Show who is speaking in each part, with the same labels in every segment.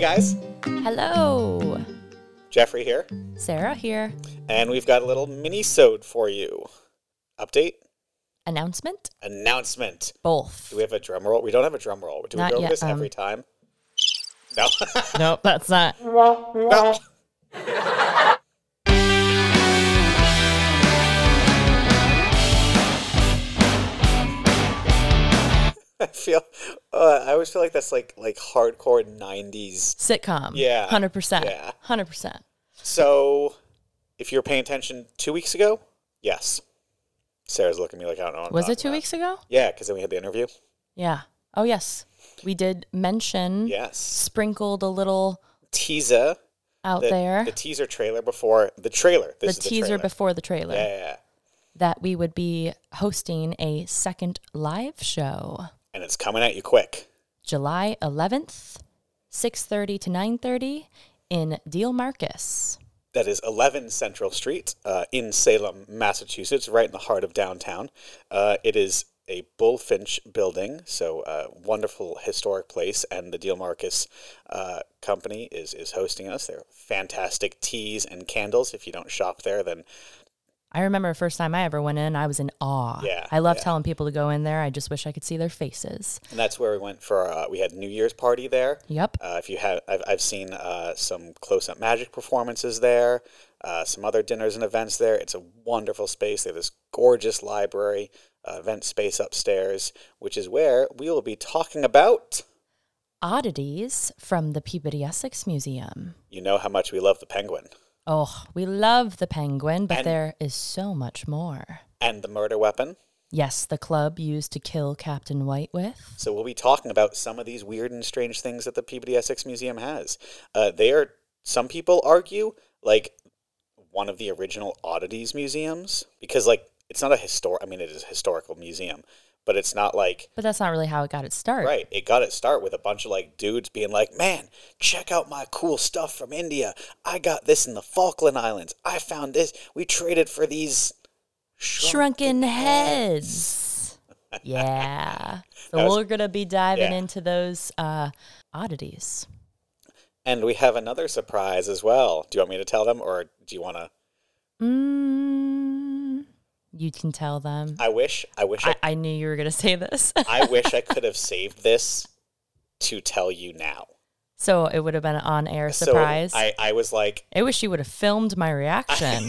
Speaker 1: guys.
Speaker 2: Hello.
Speaker 1: Jeffrey here,
Speaker 2: Sarah here.
Speaker 1: and we've got a little mini-sode for you. Update,
Speaker 2: Announcement?
Speaker 1: announcement.
Speaker 2: Both.
Speaker 1: Do we have a drum roll? We don't have a drum roll. Do we
Speaker 2: Not
Speaker 1: go with
Speaker 2: yet,
Speaker 1: this
Speaker 2: um,
Speaker 1: every time? No.
Speaker 2: nope, that's not.
Speaker 1: no. I feel. Uh, I always feel like that's like like hardcore '90s
Speaker 2: Sitcom.
Speaker 1: Yeah.
Speaker 2: 100%.
Speaker 1: Yeah.
Speaker 2: 100%.
Speaker 1: So, if you were paying attention two weeks ago, yes. Sarah's looking at me like, I don't know. what I'm
Speaker 2: Was it
Speaker 1: talking
Speaker 2: two
Speaker 1: about.
Speaker 2: weeks ago?
Speaker 1: Yeah, because then we had the interview.
Speaker 2: Yeah. Oh, yes. We did mention,
Speaker 1: Yes.
Speaker 2: sprinkled a little
Speaker 1: Teaser.
Speaker 2: out
Speaker 1: The,
Speaker 2: there,
Speaker 1: the teaser trailer before the trailer.
Speaker 2: the
Speaker 1: This is
Speaker 2: teaser
Speaker 1: the trailer.
Speaker 2: before the trailer,
Speaker 1: Yeah, yeah, yeah.
Speaker 2: that we would be hosting a second live show
Speaker 1: And it's coming at you quick.
Speaker 2: July 11th, 6.30 to 9.30 in Deal Marcus.
Speaker 1: That is 11 Central Street uh, in Salem, Massachusetts, right in the heart of downtown. Uh, it is a Bullfinch building, so uh, wonderful historic place, and the Deal Marcus uh, company is, is hosting us. They're fantastic teas and candles. If you don't shop there, then
Speaker 2: I remember the first time I ever went in, I was in awe.
Speaker 1: Yeah,
Speaker 2: I love
Speaker 1: yeah.
Speaker 2: telling people to go in there. I just wish I could see their faces.
Speaker 1: and that's where we went for. Uh, we had New Year's party there.
Speaker 2: Yep.
Speaker 1: Uh, if you have, I've, I've seen uh, some close-up magic performances there, uh, some other dinners and events there. It's a wonderful space. They have this gorgeous library, uh, event space upstairs, which is where we will be talking about.
Speaker 2: Oddities from the Peabody Essex Museum.
Speaker 1: You know how much we love the penguin
Speaker 2: Oh, we love the penguin, but
Speaker 1: And-
Speaker 2: there is so much more.
Speaker 1: and the murder weapon.
Speaker 2: Yes, the club used to kill Captain White with.
Speaker 1: So we'll be talking about some of these weird and strange things that the Peabody Essex Museum has. Uh, they are, some people argue, like one of the original oddities museums because, like, it's not a historic. I mean, it is a historical museum, but it's not like
Speaker 2: But that's not really how it got its start.
Speaker 1: right. It got its start with a bunch of like dudes being like, "Man, check out my cool stuff from India. I got this in the Falkland Islands. I found this. We traded for these."
Speaker 2: Shrunken heads. yeah. So
Speaker 1: That was-
Speaker 2: we're going to be diving
Speaker 1: Yeah.
Speaker 2: into those uh, oddities.
Speaker 1: And we have another surprise as well. Do you want me to tell them, or do you want to?
Speaker 2: Mm, you can tell them.
Speaker 1: I wish. I wish. I,
Speaker 2: I, I knew you were going to say this.
Speaker 1: I wish I could have saved this to tell you now.
Speaker 2: so it would have been an on air surprise.
Speaker 1: So I, I was like,
Speaker 2: I wish you would have filmed my reaction.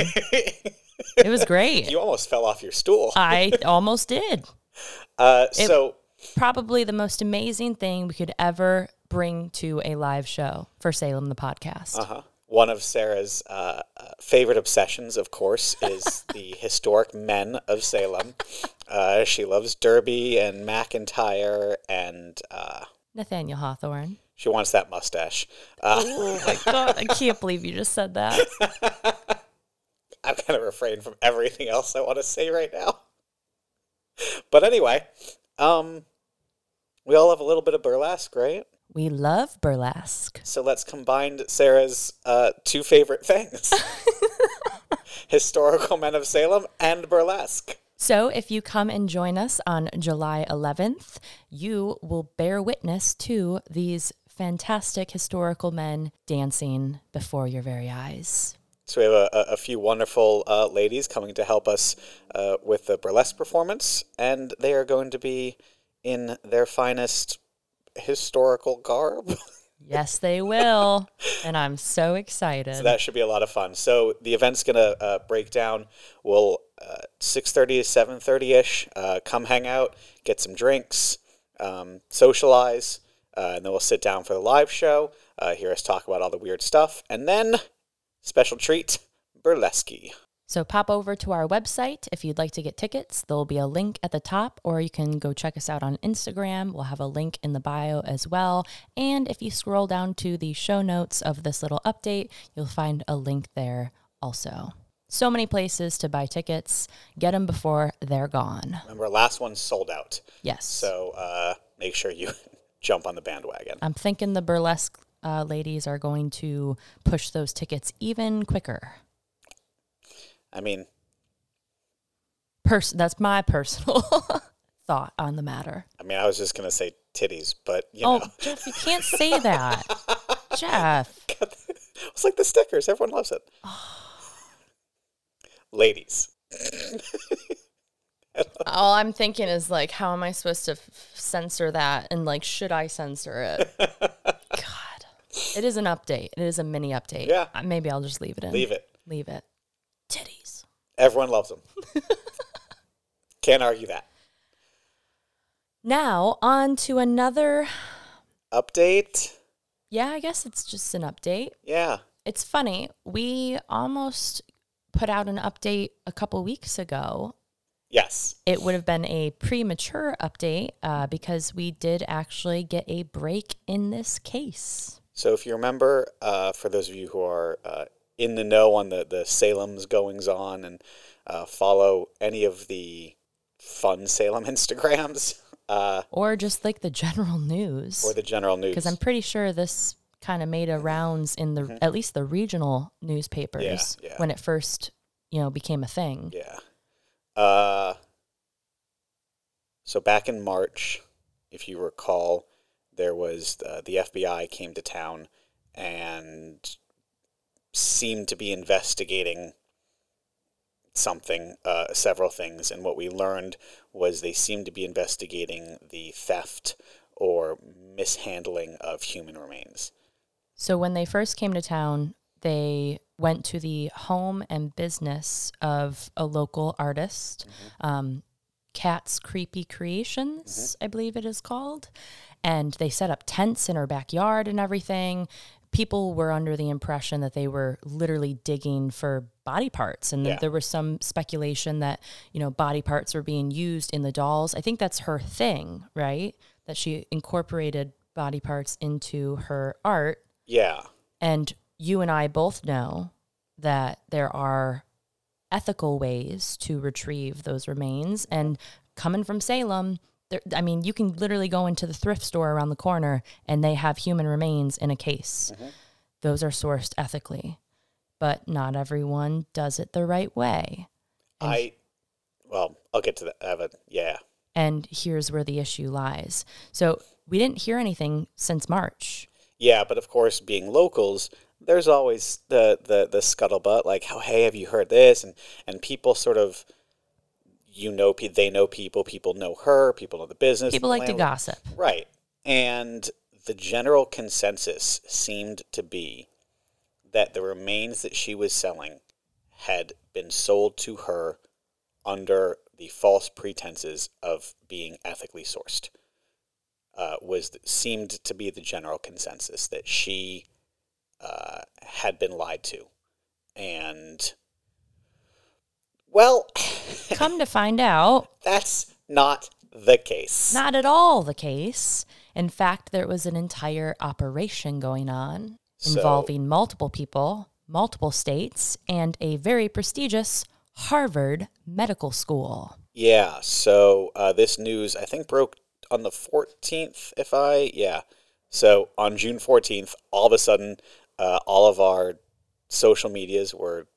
Speaker 2: it was great.
Speaker 1: you almost fell off your stool.
Speaker 2: I almost did.
Speaker 1: Uh, so
Speaker 2: Probably the most amazing thing we could ever bring to a live show for Salem the podcast.
Speaker 1: uh-huh. one of Sarah's uh, uh, favorite obsessions, of course, is the historic men of Salem. Uh, she loves Derby and McIntyre, and uh,
Speaker 2: Nathaniel Hawthorne.
Speaker 1: she wants that mustache. Uh,
Speaker 2: Oh my God. I can't believe you just said that.
Speaker 1: I'm going to refrain from everything else I want to say right now. But anyway, um, we all have a little bit of burlesque, right?
Speaker 2: We love burlesque.
Speaker 1: So let's combine Sarah's uh, two favorite things historical men of Salem and burlesque.
Speaker 2: So, if you come and join us on July 11th, you will bear witness to these fantastic historical men dancing before your very eyes.
Speaker 1: So we have a, a, a few wonderful uh, ladies coming to help us uh, with the burlesque performance, and they are going to be in their finest historical garb.
Speaker 2: Yes, they will. and I'm so excited.
Speaker 1: So that should be a lot of fun. So the event's gonna uh, break down. We'll uh, six thirty to seven thirty ish. Uh, come hang out, get some drinks, um, socialize, uh, and then we'll sit down for the live show. Uh, hear us talk about all the weird stuff, and then special treat burlesque.
Speaker 2: so, pop over to our website if you'd like to get tickets. There'll be a link at the top, or you can go check us out on Instagram. We'll have a link in the bio as well. And if you scroll down to the show notes of this little update, you'll find a link there also. So many places to buy tickets. Get them before they're gone.
Speaker 1: Remember, last one sold out,
Speaker 2: Yes.
Speaker 1: so uh, make sure you jump on the bandwagon.
Speaker 2: I'm thinking the burlesque uh, ladies are going to push those tickets even quicker.
Speaker 1: I mean,
Speaker 2: Pers- that's my personal thought on the matter.
Speaker 1: I mean, I was just gonna say titties, but you
Speaker 2: Oh,
Speaker 1: know,
Speaker 2: Jeff, you can't say that. Jeff.
Speaker 1: It's like the stickers. Everyone loves it. Ladies.
Speaker 2: All I'm thinking is like, how am I supposed to f- censor that? And like, should I censor it? God, it is an update. It is a mini update.
Speaker 1: Yeah.
Speaker 2: Uh, Maybe I'll just leave it in.
Speaker 1: Leave it.
Speaker 2: Leave it. Titties.
Speaker 1: Everyone loves them. Can't argue that.
Speaker 2: Now on to another.
Speaker 1: Update.
Speaker 2: Yeah, I guess it's just an update.
Speaker 1: Yeah.
Speaker 2: It's funny. We almost put out an update a couple weeks ago
Speaker 1: Yes.
Speaker 2: it would have been a premature update uh, because we did actually get a break in this case.
Speaker 1: So if you remember, uh, for those of you who are uh, in the know on the, the Salem's goings on and uh, follow any of the fun Salem Instagrams uh,
Speaker 2: Or just like the general news.
Speaker 1: or the general news.
Speaker 2: Because I'm pretty sure this kind of made a rounds in the at least the regional newspapers
Speaker 1: Mm-hmm. yeah.
Speaker 2: when it first, you know, became a thing.
Speaker 1: Yeah. Uh, so back in March, if you recall, there was uh, the FBI came to town and seemed to be investigating something, uh, several things. And what we learned was they seemed to be investigating the theft or mishandling of human remains.
Speaker 2: So when they first came to town, they went to the home and business of a local artist, um, Cat's Creepy Creations, I believe it is called. And they set up tents in her backyard and everything. People were under the impression that they were literally digging for body parts, and
Speaker 1: Yeah.
Speaker 2: that there was some speculation that you know body parts were being used in the dolls. I think that's her thing, right? That she incorporated body parts into her art.
Speaker 1: Yeah.
Speaker 2: And you and I both know that there are ethical ways to retrieve those remains. And coming from Salem, there, I mean, you can literally go into the thrift store around the corner and they have human remains in a case. Those are sourced ethically, but not everyone does it the right way. And-
Speaker 1: I, well, I'll get to that. I have a- yeah.
Speaker 2: And here's where the issue lies. So we didn't hear anything since March.
Speaker 1: Yeah, but of course, being locals, there's always the the the scuttlebutt, like, "Oh, hey, have you heard this?" and and people sort of, you know, pe- they know people, people know her, people know the business.
Speaker 2: People like to
Speaker 1: landlord.
Speaker 2: gossip.
Speaker 1: right? And the general consensus seemed to be that the remains that she was selling had been sold to her under the false pretenses of being ethically sourced uh, was seemed to be the general consensus that she uh, had been lied to, and well,
Speaker 2: Come to find out,
Speaker 1: that's not the case.
Speaker 2: Not at all the case. In fact, there was an entire operation going on
Speaker 1: So-
Speaker 2: involving multiple people, multiple states, and a very prestigious Harvard Medical School.
Speaker 1: Yeah, so uh, this news I think broke on the 14th, if I, yeah. So on June 14th, all of a sudden, uh, all of our social medias were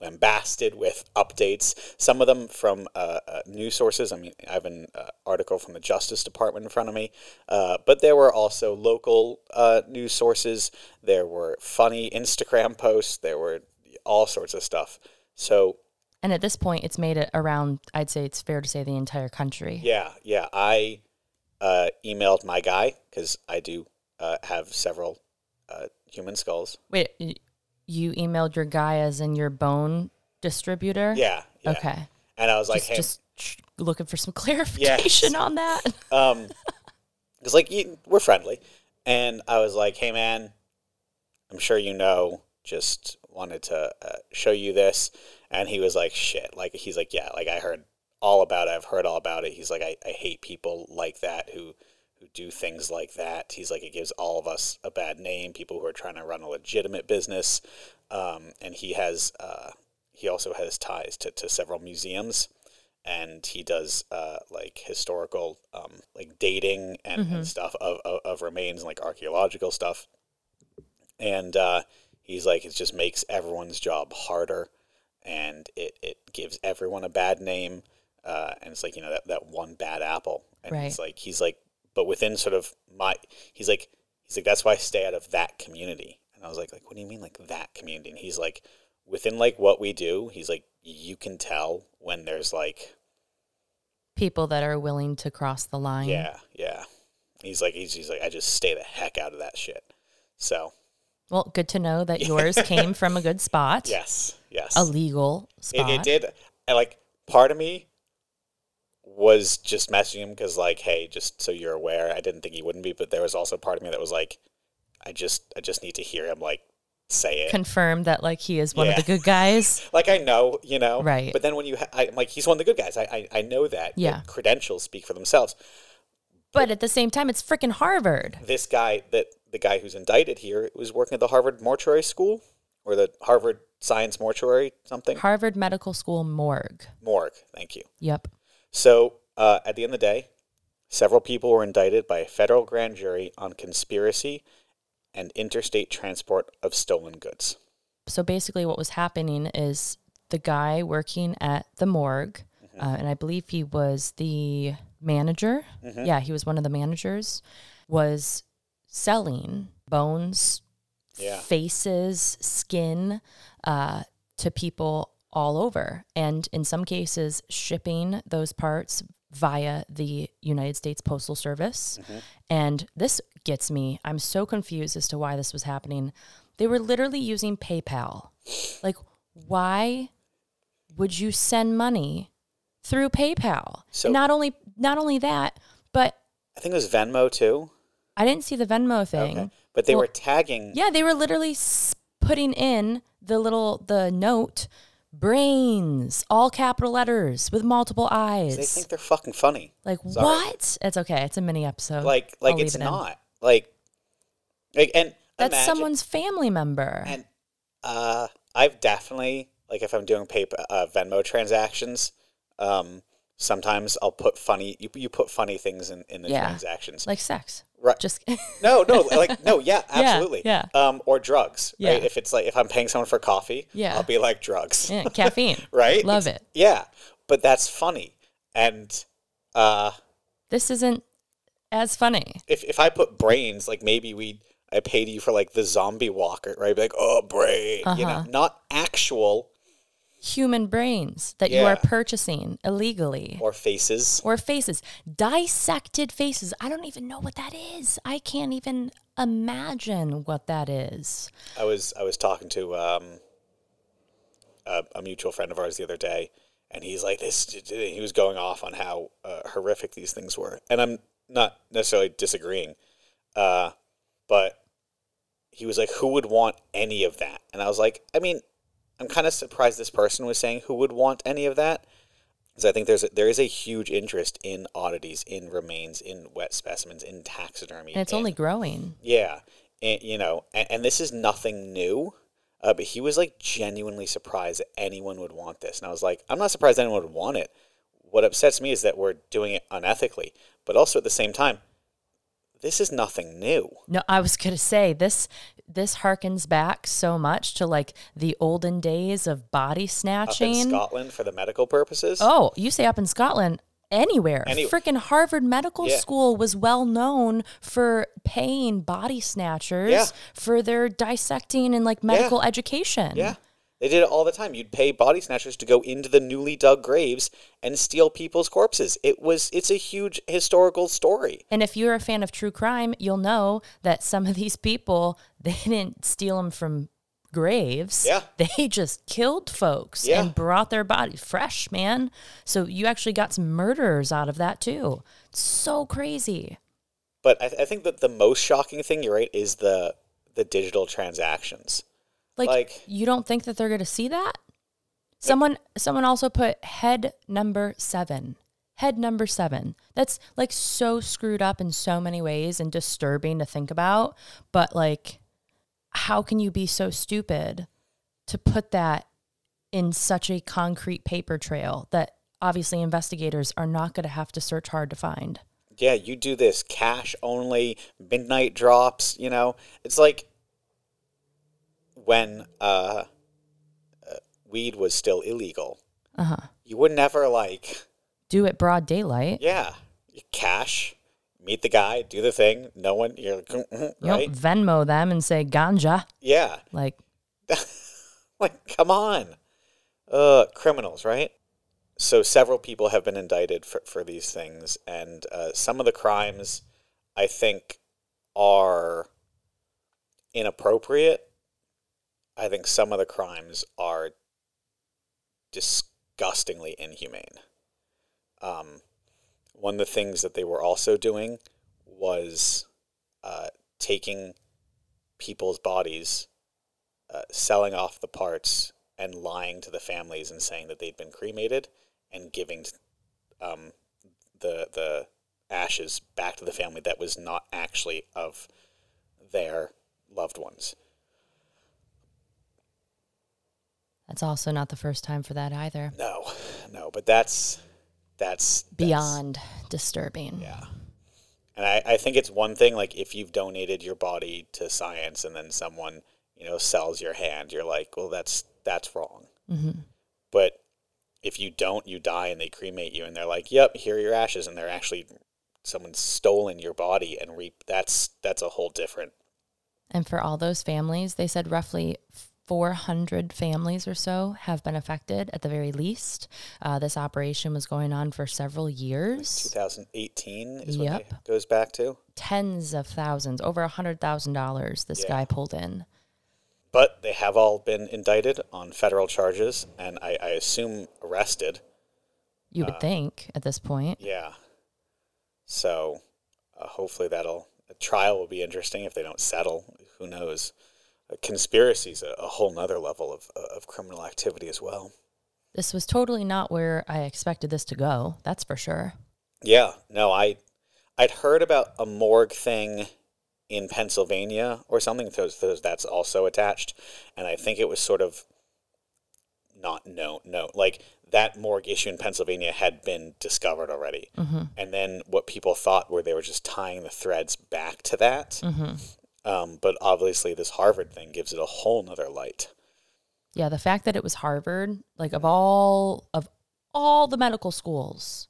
Speaker 1: lambasted with updates, some of them from uh, uh, news sources. I mean, I have an uh, article from the Justice Department in front of me, uh, but there were also local uh, news sources. There were funny Instagram posts. There were all sorts of stuff. So
Speaker 2: And at this point, it's made it around, I'd say it's fair to say, the entire country.
Speaker 1: Yeah, yeah. I uh, emailed my guy because I do uh, have several uh, human skulls.
Speaker 2: Wait, y- you emailed your guy as in your bone distributor?
Speaker 1: Yeah, yeah.
Speaker 2: Okay.
Speaker 1: And I was like,
Speaker 2: Just,
Speaker 1: hey,
Speaker 2: just ch- looking for some clarification on that.
Speaker 1: um, it's like you, we're friendly, and I was like, hey, man, I'm sure you know. Just wanted to uh, show you this, and he was like, shit. Like he's like, yeah. Like I heard all about it. I've heard all about it. He's like, I, I hate people like that who who do things like that. He's like, it gives all of us a bad name. People who are trying to run a legitimate business, um, and he has uh, he also has ties to, to several museums, and he does uh, like historical um, like dating and, and stuff of, of of remains and like archaeological stuff, and uh, he's like, it just makes everyone's job harder. And it, it gives everyone a bad name, uh, and it's like you know that, that one bad apple, and
Speaker 2: Right.
Speaker 1: it's like he's like, but within sort of my, he's like he's like, that's why I stay out of that community. And I was like, like, what do you mean like that community? And he's like, within like what we do, he's like, you can tell when there's like,
Speaker 2: People that are willing to cross the line.
Speaker 1: yeah, yeah. He's like, he's, he's like, I just stay the heck out of that shit. So
Speaker 2: Well, good to know that yours came from a good spot.
Speaker 1: yes, yes.
Speaker 2: A legal
Speaker 1: it,
Speaker 2: spot.
Speaker 1: it did. And like part of me was just messaging him because like, hey, just so you're aware, I didn't think he wouldn't be, but there was also part of me that was like, I just I just need to hear him like say it.
Speaker 2: Confirm that like he is one
Speaker 1: Yeah.
Speaker 2: of the good guys.
Speaker 1: like I know, you know,
Speaker 2: Right.
Speaker 1: But then when you, ha- I, I'm like, he's one of the good guys. I I, I know that. Your
Speaker 2: Yeah.
Speaker 1: credentials speak for themselves.
Speaker 2: but at the same time, it's freaking Harvard.
Speaker 1: This guy that the guy who's indicted here was working at the Harvard Mortuary School or the Harvard Science Mortuary something
Speaker 2: Harvard Medical School morgue.
Speaker 1: morgue. Thank you.
Speaker 2: Yep.
Speaker 1: So, uh, at the end of the day, several people were indicted by a federal grand jury on conspiracy and interstate transport of stolen goods.
Speaker 2: So basically, what was happening is the guy working at the morgue,
Speaker 1: Mm-hmm.
Speaker 2: uh, and I believe he was the manager.
Speaker 1: Mm-hmm.
Speaker 2: Yeah, he was one of the managers, was selling bones,
Speaker 1: Yeah.
Speaker 2: faces, skin uh, to people all over. And in some cases, shipping those parts via the United States Postal Service.
Speaker 1: Mm-hmm.
Speaker 2: And this gets me, I'm so confused as to why this was happening. They were literally using PayPal. Like, why would you send money through PayPal?
Speaker 1: So-
Speaker 2: and not only not only that, but
Speaker 1: I think it was Venmo too.
Speaker 2: I didn't see the Venmo thing.
Speaker 1: Okay. But they were tagging.
Speaker 2: Yeah, they were literally s- putting in the little the note brains all capital letters with multiple
Speaker 1: They
Speaker 2: eyes.
Speaker 1: think they're fucking funny.
Speaker 2: like
Speaker 1: Sorry.
Speaker 2: what? It's okay. It's a mini episode.
Speaker 1: Like, like
Speaker 2: Oh, I'll
Speaker 1: it's
Speaker 2: leave it in.
Speaker 1: not like, like, and
Speaker 2: That's
Speaker 1: imagine-
Speaker 2: someone's family member.
Speaker 1: And uh, I've definitely like if I'm doing PayPal uh, Venmo transactions, um, sometimes I'll put funny you, you put funny things in, in the
Speaker 2: Yeah.
Speaker 1: transactions.
Speaker 2: like sex.
Speaker 1: Right.
Speaker 2: Just
Speaker 1: No, no, like no, yeah, absolutely.
Speaker 2: yeah.
Speaker 1: Um, or drugs.
Speaker 2: Yeah.
Speaker 1: Right? If it's like if I'm paying someone for coffee,
Speaker 2: Yeah.
Speaker 1: I'll be like drugs.
Speaker 2: Yeah, caffeine.
Speaker 1: Right?
Speaker 2: Love it.
Speaker 1: Yeah. But that's funny. And uh
Speaker 2: This isn't as funny.
Speaker 1: if if I put brains, like maybe we I paid you for like the zombie walker, right? Be like, oh brain. You know,
Speaker 2: Uh-huh.
Speaker 1: not actual
Speaker 2: Human brains that you
Speaker 1: Yeah.
Speaker 2: are purchasing illegally.
Speaker 1: or faces.
Speaker 2: or faces, dissected faces. I don't even know what that is. I can't even imagine what that is.
Speaker 1: I was I was talking to um, a, a mutual friend of ours the other day, and he's like this. He was going off on how uh, horrific these things were, and I'm not necessarily disagreeing, uh, but he was like, "Who would want any of that?" And I was like, "I mean, I'm kind of surprised this person was saying who would want any of that." Because I think there's a, there is a huge interest in oddities, in remains, in wet specimens, in taxidermy.
Speaker 2: And it's
Speaker 1: in-
Speaker 2: only growing.
Speaker 1: yeah, and, you know, and, and this is nothing new. Uh, but he was like genuinely surprised that anyone would want this, and I was like, I'm not surprised anyone would want it. What upsets me is that we're doing it unethically, but also at the same time, this is nothing new.
Speaker 2: No, I was gonna say this. This harkens back so much to like the olden days of
Speaker 1: Up
Speaker 2: body
Speaker 1: in
Speaker 2: snatching.
Speaker 1: Scotland for the medical purposes.
Speaker 2: Oh, you say up in Scotland? Anywhere.
Speaker 1: Any-
Speaker 2: Freaking Harvard Medical
Speaker 1: Yeah.
Speaker 2: School was well known for paying body snatchers
Speaker 1: Yeah.
Speaker 2: for their dissecting and like medical education.
Speaker 1: Yeah, they did it all the time. You'd pay body snatchers to go into the newly dug graves and steal people's corpses. It was it's a huge historical story.
Speaker 2: And if you're a fan of true crime, you'll know that some of these people, they didn't steal them from graves.
Speaker 1: Yeah.
Speaker 2: They just killed folks
Speaker 1: Yeah.
Speaker 2: and brought their body fresh, man. So you actually got some murderers out of that too. It's so crazy.
Speaker 1: But I, I think that the most shocking thing, you're right, is the the digital transactions.
Speaker 2: Like,
Speaker 1: Like-
Speaker 2: you don't think that they're going to see that? Someone someone also put head number 7. Head number 7. That's like so screwed up in so many ways and disturbing to think about, but like how can you be so stupid to put that in such a concrete paper trail that obviously investigators are not going to have to search hard to find?
Speaker 1: Yeah, you do this cash only midnight drops. You know, it's like when uh, uh, weed was still illegal.
Speaker 2: Uh-huh.
Speaker 1: You would never like,
Speaker 2: Do it broad daylight.
Speaker 1: yeah, cash meet the guy, do the thing. No one, you're like, "Mm-hmm,"
Speaker 2: You don't
Speaker 1: right?
Speaker 2: Venmo them and say ganja.
Speaker 1: Yeah.
Speaker 2: Like,
Speaker 1: like, come on. Uh, criminals, right? So several people have been indicted for, for these things, and uh, some of the crimes, I think, are inappropriate. I think some of the crimes are disgustingly inhumane. Um, one of the things that they were also doing was uh, taking people's bodies uh, selling off the parts and lying to the families and saying that they'd been cremated and giving um, the the ashes back to the family that was not actually of their loved ones.
Speaker 2: that's also not the first time for that either.
Speaker 1: No, no, but that's that's that's-
Speaker 2: Beyond disturbing.
Speaker 1: Yeah. And I, I think it's one thing, like, if you've donated your body to science and then someone, you know, sells your hand, you're like, well, that's, that's wrong.
Speaker 2: Mhm.
Speaker 1: But if you don't, you die and they cremate you and they're like, yep, here are your ashes. And they're actually, someone's stolen your body and reap. That's, that's a whole different.
Speaker 2: And for all those families, they said roughly 400 families or so have been affected at the very least. Uh, this operation was going on for several years.
Speaker 1: 2018 is what
Speaker 2: Yep.
Speaker 1: it goes back to.
Speaker 2: Tens of thousands, over a $100,000 this
Speaker 1: Yeah.
Speaker 2: guy pulled in.
Speaker 1: But they have all been indicted on federal charges and I, I assume arrested.
Speaker 2: You would think at this point.
Speaker 1: Yeah. So uh, hopefully that'll a trial will be interesting if they don't settle. Who knows? A conspiracy's a, a whole nother level of of criminal activity as well.
Speaker 2: This was totally not where I expected this to go. That's for sure.
Speaker 1: Yeah. No, I I'd heard about a morgue thing in Pennsylvania or something. Those, those that's also attached, and I think it was sort of not known. No, like that morgue issue in Pennsylvania had been discovered already, and then what people thought were they were just tying the threads back to that. Um, but obviously, this Harvard thing gives it a whole nother light.
Speaker 2: Yeah, the fact that it was Harvard, like of all of all the medical schools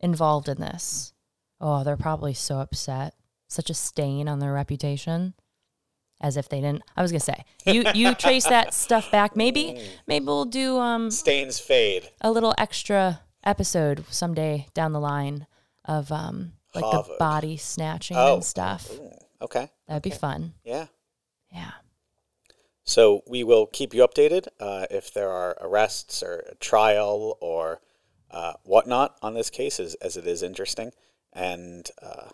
Speaker 2: involved in this. Oh, they're probably so upset. Such a stain on their reputation. As if they didn't I was gonna say, you you trace that stuff back. Maybe maybe we'll do um
Speaker 1: Stains fade.
Speaker 2: a little extra episode someday down the line of um like the
Speaker 1: Harvard.
Speaker 2: body snatching
Speaker 1: Oh.
Speaker 2: and stuff.
Speaker 1: Ooh, okay.
Speaker 2: That'd be fun.
Speaker 1: Yeah.
Speaker 2: Yeah.
Speaker 1: So we will keep you updated uh, if there are arrests or a trial or uh, whatnot on this case, as, as it is interesting. And uh,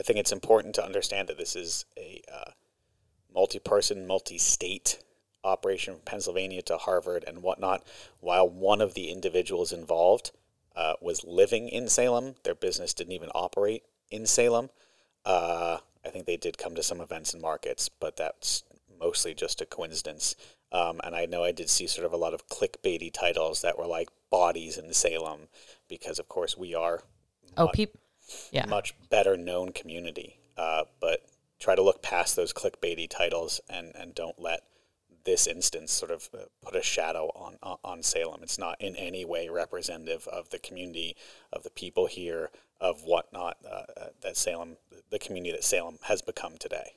Speaker 1: I think it's important to understand that this is a uh, multi person, multi state operation from Pennsylvania to Harvard and whatnot. While one of the individuals involved uh, was living in Salem, their business didn't even operate in Salem. Uh, I think they did come to some events and markets, but that's mostly just a coincidence. Um, and I know I did see sort of a lot of clickbaity titles that were like bodies in Salem, because of course we are
Speaker 2: Oh peep yeah.
Speaker 1: much better known community. Uh, but try to look past those clickbaity titles and, and don't let this instance sort of uh, put a shadow on, on on Salem. It's not in any way representative of the community, of the people here, of whatnot uh, uh, that Salem, the community that Salem has become today.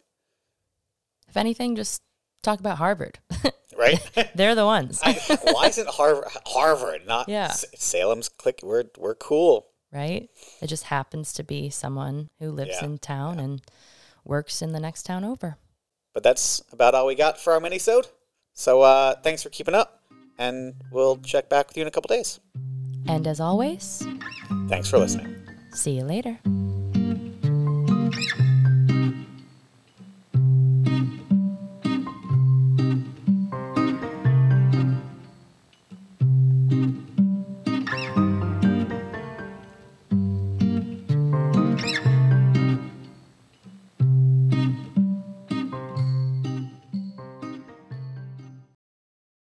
Speaker 2: If anything, just talk about Harvard.
Speaker 1: Right?
Speaker 2: They're the ones,
Speaker 1: I- why isn't Harvard, Harvard not
Speaker 2: Yeah.
Speaker 1: S- Salem's click? We're, we're cool.
Speaker 2: right? It just happens to be someone who lives
Speaker 1: Yeah,
Speaker 2: in town and works in the next town over.
Speaker 1: But that's about all we got for our minisode. So uh, thanks for keeping up, and we'll check back with you in a couple days.
Speaker 2: And as always,
Speaker 1: Thanks for listening.
Speaker 2: see you later.